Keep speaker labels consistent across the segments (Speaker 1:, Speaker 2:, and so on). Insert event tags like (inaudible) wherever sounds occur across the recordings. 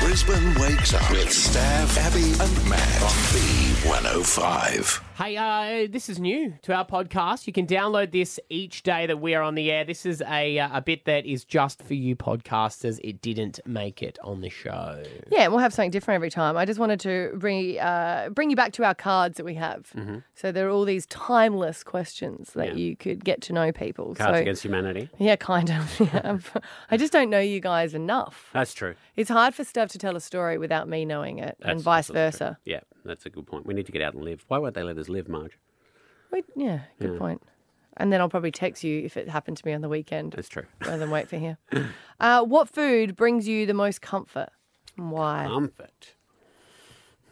Speaker 1: Brisbane wakes up with Stav, Abby, and Matt on B105.
Speaker 2: Hey, uh, this is new to our podcast. You can download this each day that we are on the air. This is a uh, a bit that is just for you podcasters. It didn't make it on the show.
Speaker 3: Yeah, we'll have something different every time. I just wanted to bring uh, bring you back to our cards that we have.
Speaker 4: Mm-hmm.
Speaker 3: So there are all these timeless questions that you could get to know people.
Speaker 4: Cards
Speaker 3: so
Speaker 4: Against Humanity.
Speaker 3: yeah, kind of. (laughs)
Speaker 4: (laughs)
Speaker 3: Yeah. I just don't know you guys enough.
Speaker 4: That's true.
Speaker 3: It's hard for Stav to tell a story without me knowing it, and
Speaker 4: That's
Speaker 3: vice
Speaker 4: absolutely true.
Speaker 3: versa.
Speaker 4: Yeah, that's a good point. We need to get out and live. Why won't they let us live, Marge?
Speaker 3: We, yeah, good
Speaker 4: Hmm.
Speaker 3: point. And then I'll probably text you if it happened to me on the weekend,
Speaker 4: (laughs) That's true.
Speaker 3: rather than wait for here. Uh, what food brings you the most comfort? and Why?
Speaker 4: Comfort.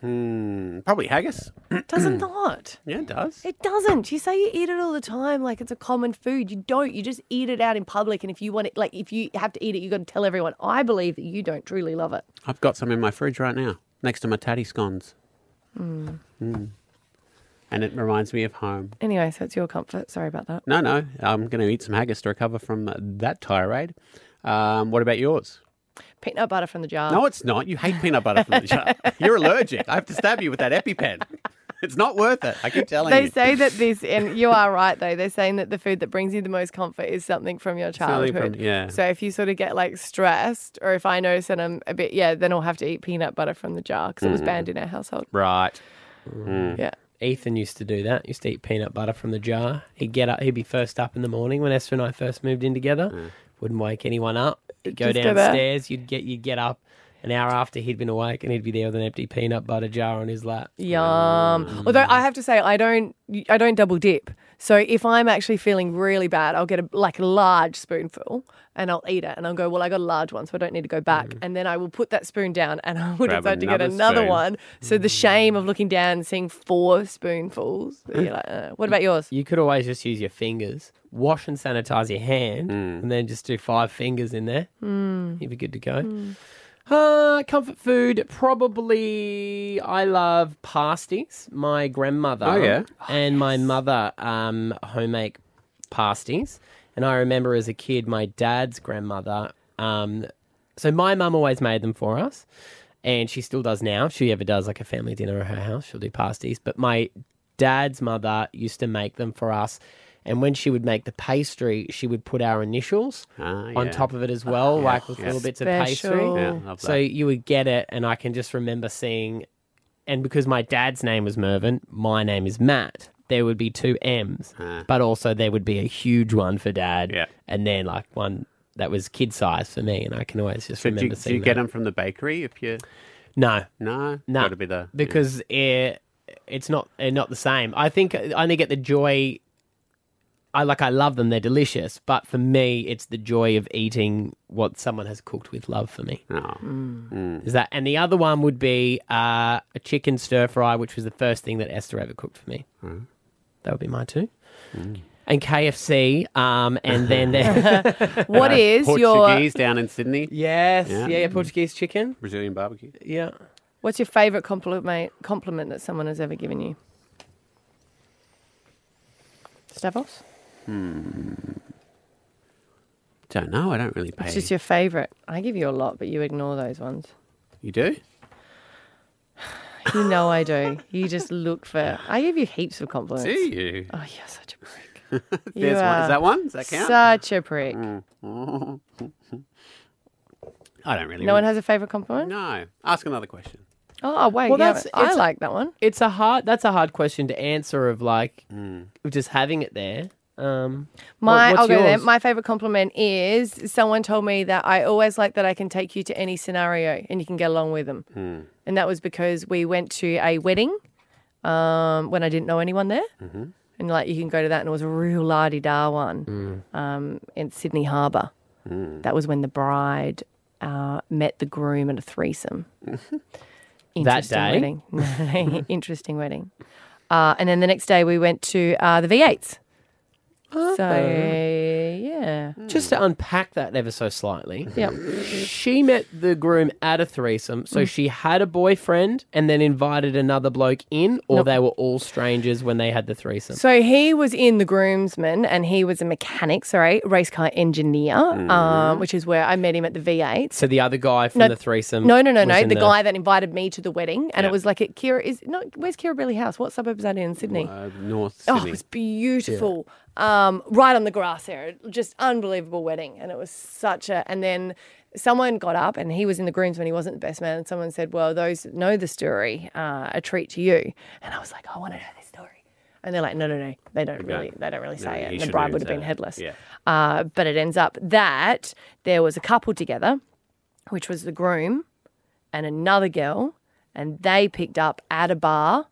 Speaker 4: Hmm. Probably haggis.
Speaker 3: It doesn't not.
Speaker 4: Yeah, it does.
Speaker 3: It doesn't. You say you eat it all the time, like it's a common food. You don't. You just eat it out in public. And if you want it, like if you have to eat it, you've got to tell everyone. I believe that you don't truly love it.
Speaker 4: I've got some in my fridge right now, next to my tatty scones.
Speaker 3: Hmm.
Speaker 4: Mm. And it reminds me of home.
Speaker 3: Anyway, so it's your comfort. Sorry about that.
Speaker 4: No, no, I'm going to eat some haggis to recover from that tirade. Um, what about yours?
Speaker 3: Peanut butter from the jar.
Speaker 4: No, it's not. You hate peanut butter from the
Speaker 3: (laughs)
Speaker 4: jar. You're allergic. I have to stab you with that EpiPen. It's not worth it. I keep telling
Speaker 3: they
Speaker 4: you.
Speaker 3: say that this,
Speaker 4: (laughs)
Speaker 3: and you are right though. They're saying that the food that brings you the most comfort is something from your
Speaker 4: Something
Speaker 3: childhood.
Speaker 4: from- yeah.
Speaker 3: So if you sort of get like stressed, or if I notice that I'm a bit, yeah, then I'll have to eat peanut butter from the jar because it
Speaker 4: Mm-hmm.
Speaker 3: was banned in our household.
Speaker 4: right. Mm.
Speaker 3: Yeah.
Speaker 2: Ethan used to do that. Used to eat peanut butter from the jar. He'd get up. He'd be first up in the morning when Esther and I first moved in together. Wouldn't wake anyone up. He'd go
Speaker 3: Just go there.
Speaker 2: downstairs. you'd get you'd get up an hour after he'd been awake, and he'd be there with an empty peanut butter jar on his lap.
Speaker 3: Yum.
Speaker 4: Mm.
Speaker 3: Although I have to say, I don't, I don't double dip. So if I'm actually feeling really bad, I'll get a, like a large spoonful and I'll eat it, and I'll go, well, I got a large one, so I don't need to go back. And then I will put that spoon down, and (laughs) I will
Speaker 4: Mm. Grab
Speaker 3: decide to get
Speaker 4: another
Speaker 3: another
Speaker 4: spoon. Mm.
Speaker 3: one. So the shame of looking down and seeing four
Speaker 4: (laughs)
Speaker 3: spoonfuls. You're like, uh, what about yours?
Speaker 2: You could always just use your fingers, wash and sanitize your hand, and then just do five fingers in there. Mm. You'd be good to go. Uh, comfort food, probably. I love pasties. My grandmother
Speaker 4: Oh, yeah.
Speaker 2: and my mother um, homemade pasties. And I remember as a kid, my dad's grandmother. Um, so my mum always made them for us, and she still does now. If she ever does like a family dinner at her house, she'll do pasties. But my dad's mother used to make them for us. And when she would make the pastry, she would put our initials
Speaker 4: Ah,
Speaker 2: on
Speaker 4: yeah.
Speaker 2: top of it as well, like with little bits of pastry.
Speaker 3: Special.
Speaker 4: Yeah, (laughs) love
Speaker 2: So
Speaker 4: that.
Speaker 2: you would get it, and I can just remember seeing, and because my dad's name was Mervyn, my name is Matt. There would be two M's,
Speaker 4: Ah.
Speaker 2: but also there would be a huge one for dad,
Speaker 4: Yeah.
Speaker 2: and then like one that was kid size for me, and I can always just
Speaker 4: So do, you-
Speaker 2: remember
Speaker 4: do
Speaker 2: seeing
Speaker 4: you get
Speaker 2: that.
Speaker 4: them from the bakery if you?
Speaker 2: No,
Speaker 4: No,
Speaker 2: no,
Speaker 4: Got to be the yeah.
Speaker 2: because it, it's not eh, not the same. I think I only get the joy. I like I love them; they're delicious. But for me, it's the joy of eating what someone has cooked with love for me.
Speaker 4: Oh.
Speaker 3: Mm.
Speaker 2: Is that and the other one would be uh, a chicken stir fry, which was the first thing that Esther ever cooked for me. That would be mine too. And KFC, um, and then there,
Speaker 3: What is your,
Speaker 4: Portuguese down in Sydney,
Speaker 2: (laughs) yes, yeah.
Speaker 4: Yeah.
Speaker 2: yeah, Portuguese chicken,
Speaker 4: Brazilian barbecue.
Speaker 2: yeah.
Speaker 3: what's your favorite compliment compliment that someone has ever given you? Stavros,
Speaker 4: Don't know. I don't really pay.
Speaker 3: it's just your favorite. I give you a lot, but you ignore those ones.
Speaker 4: You do?
Speaker 3: You know I do. You just look for. I give you heaps of compliments.
Speaker 4: Do you?
Speaker 3: Oh, you're such a prick. You
Speaker 4: (laughs) There's one.
Speaker 3: are
Speaker 4: Is that one? Does that count?
Speaker 3: Such a prick.
Speaker 4: I don't really.
Speaker 3: No one has a favorite compliment.
Speaker 4: No. Ask another question.
Speaker 3: Oh wait,
Speaker 2: Well,
Speaker 3: yeah,
Speaker 2: that's-
Speaker 3: I
Speaker 2: it's-
Speaker 3: like that one.
Speaker 2: It's a hard. That's a hard question to answer. Of like, of just having it there. Um,
Speaker 3: My,
Speaker 2: what's
Speaker 3: I'll go there.
Speaker 2: yours?
Speaker 3: My favorite compliment is someone told me that I always like that I can take you to any scenario and you can get along with them. And that was because we went to a wedding um, when I didn't know anyone there. And like you can go to that, and it was a real lardy da one um, in Sydney Harbour.
Speaker 2: Hmm.
Speaker 3: That was when the bride uh, met the groom at
Speaker 2: (laughs)
Speaker 3: a threesome.
Speaker 2: day?
Speaker 3: Interesting wedding. (laughs) Interesting wedding.
Speaker 2: Oh.
Speaker 3: Uh, and then the next day we went to uh, the V8s. So yeah, Yeah.
Speaker 2: Just to unpack that ever so slightly.
Speaker 3: Yep.
Speaker 2: She met the groom at a threesome, so she had a boyfriend and then invited another bloke in, or
Speaker 3: Nope.
Speaker 2: they were all strangers when they had the threesome.
Speaker 3: So he was in the groomsman and he was a mechanic, sorry, race car engineer, um, which is where I met him at the V8.
Speaker 2: Hmm. So the other guy from
Speaker 3: No,
Speaker 2: the threesome.
Speaker 3: No, no, no,
Speaker 2: was
Speaker 3: no.
Speaker 2: in
Speaker 3: The, guy that invited me to the wedding, and it was like at Kira is no. Where's Kirribilli House? What suburb is that in Sydney?
Speaker 4: Uh, North
Speaker 3: oh, it
Speaker 4: Sydney.
Speaker 3: was beautiful. Um, right on the grass area, just unbelievable wedding, and it was such a. And then someone got up, and he was in the groomsman. He wasn't the best man, and someone said, "Well, those know the story. Uh, a treat to you." And I was like, "I want to know this story." And they're like, "No, no, no. They don't really. They don't really say
Speaker 4: he
Speaker 3: it." And the
Speaker 4: shouldn't
Speaker 3: bride
Speaker 4: even
Speaker 3: would have
Speaker 4: say
Speaker 3: been
Speaker 4: that.
Speaker 3: headless.
Speaker 4: Yeah.
Speaker 3: Uh, but it ends up that there was a couple together, which was the groom and another girl, and they picked up at a bar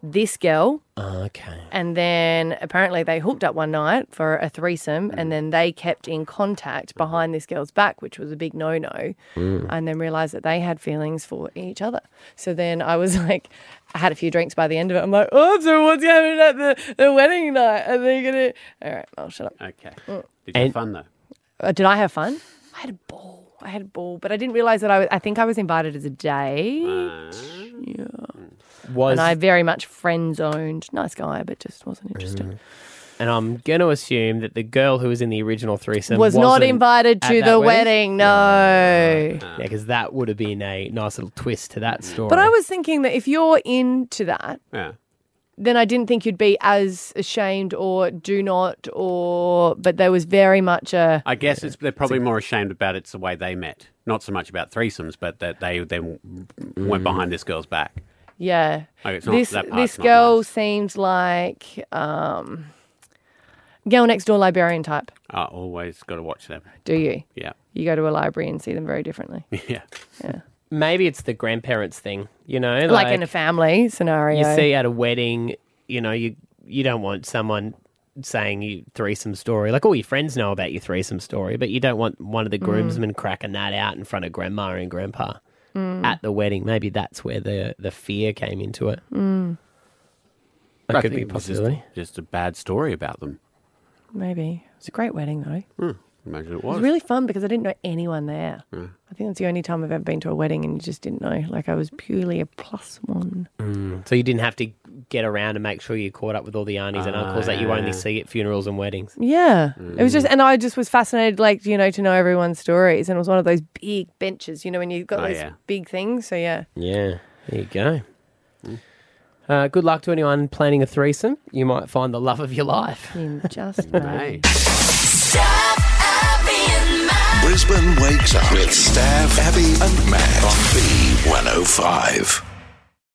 Speaker 3: this girl,
Speaker 2: Ah, Okay.
Speaker 3: and then apparently they hooked up one night for a threesome, and then they kept in contact behind this girl's back, which was a big no no, and then realized that they had feelings for each other. So then I was (laughs) like, I had a few drinks by the end of it. I'm like, oh, so what's happening at the, the wedding night? Are they gonna? All right, I'll shut up.
Speaker 4: Okay. Did you have
Speaker 2: And-
Speaker 4: fun though?
Speaker 3: Uh, did I have fun? I had a ball. I had a ball, but I didn't realize that I was, I think I was invited as a date,
Speaker 2: Was
Speaker 3: and I very much friend zoned. Nice guy, but just wasn't interested.
Speaker 2: and I'm going to assume that the girl who was in the original threesome
Speaker 3: was not
Speaker 2: wasn't
Speaker 3: invited
Speaker 2: at
Speaker 3: to
Speaker 2: that
Speaker 3: the wedding. No.
Speaker 2: Yeah, because that would have been a nice little twist to that story.
Speaker 3: But I was thinking that if you're into that,
Speaker 4: Yeah.
Speaker 3: then I didn't think you'd be as ashamed or do not or. But there was very much a.
Speaker 4: I guess it's, they're probably more ashamed about it's the way they met. Not so much about threesomes, but that they then
Speaker 3: Mm.
Speaker 4: went behind this girl's back.
Speaker 3: Yeah.
Speaker 4: Okay, it's not-
Speaker 3: this
Speaker 4: that part's
Speaker 3: this
Speaker 4: not
Speaker 3: girl
Speaker 4: nice.
Speaker 3: seemed like um, girl next door librarian type.
Speaker 4: I always got to watch them.
Speaker 3: Do you?
Speaker 4: Yeah. (laughs)
Speaker 3: You go to a library and see them very differently,
Speaker 4: Yeah.
Speaker 2: Maybe it's the grandparents thing, you know,
Speaker 3: like, in a family scenario.
Speaker 2: you see at a wedding, you know, you you don't want someone saying you threesome story. Like all your friends know about your threesome story, but you don't want one of the groomsmen cracking that out in front of grandma and grandpa at the wedding. Maybe that's where the the fear came into it. That
Speaker 4: I
Speaker 2: could be
Speaker 4: think
Speaker 2: a
Speaker 4: it was
Speaker 2: possibility.
Speaker 4: Just, just a bad story about them.
Speaker 3: Maybe it's a great wedding though.
Speaker 4: Imagine it
Speaker 3: It
Speaker 4: was.
Speaker 3: was really fun because I didn't know anyone there. I think that's the only time I've ever been to a wedding and you just didn't know. Like I was purely a plus one.
Speaker 2: So you didn't have to get around and make sure you caught up with all the aunties and uncles that you
Speaker 4: Ah.
Speaker 2: only see at funerals and weddings.
Speaker 3: Yeah. It was just, and I just was fascinated, like, you know, to know everyone's stories. And it was one of those big benches, you know, when you've got
Speaker 4: Oh,
Speaker 3: those
Speaker 4: yeah.
Speaker 3: big things. So yeah.
Speaker 2: Yeah, there you go. Uh, good luck to anyone planning a threesome. You might find the love of your life.
Speaker 3: (laughs) You
Speaker 4: (laughs)
Speaker 3: just
Speaker 4: Hey.
Speaker 1: oh Brisbane wakes up with Stav, Abby, and Matt on B105.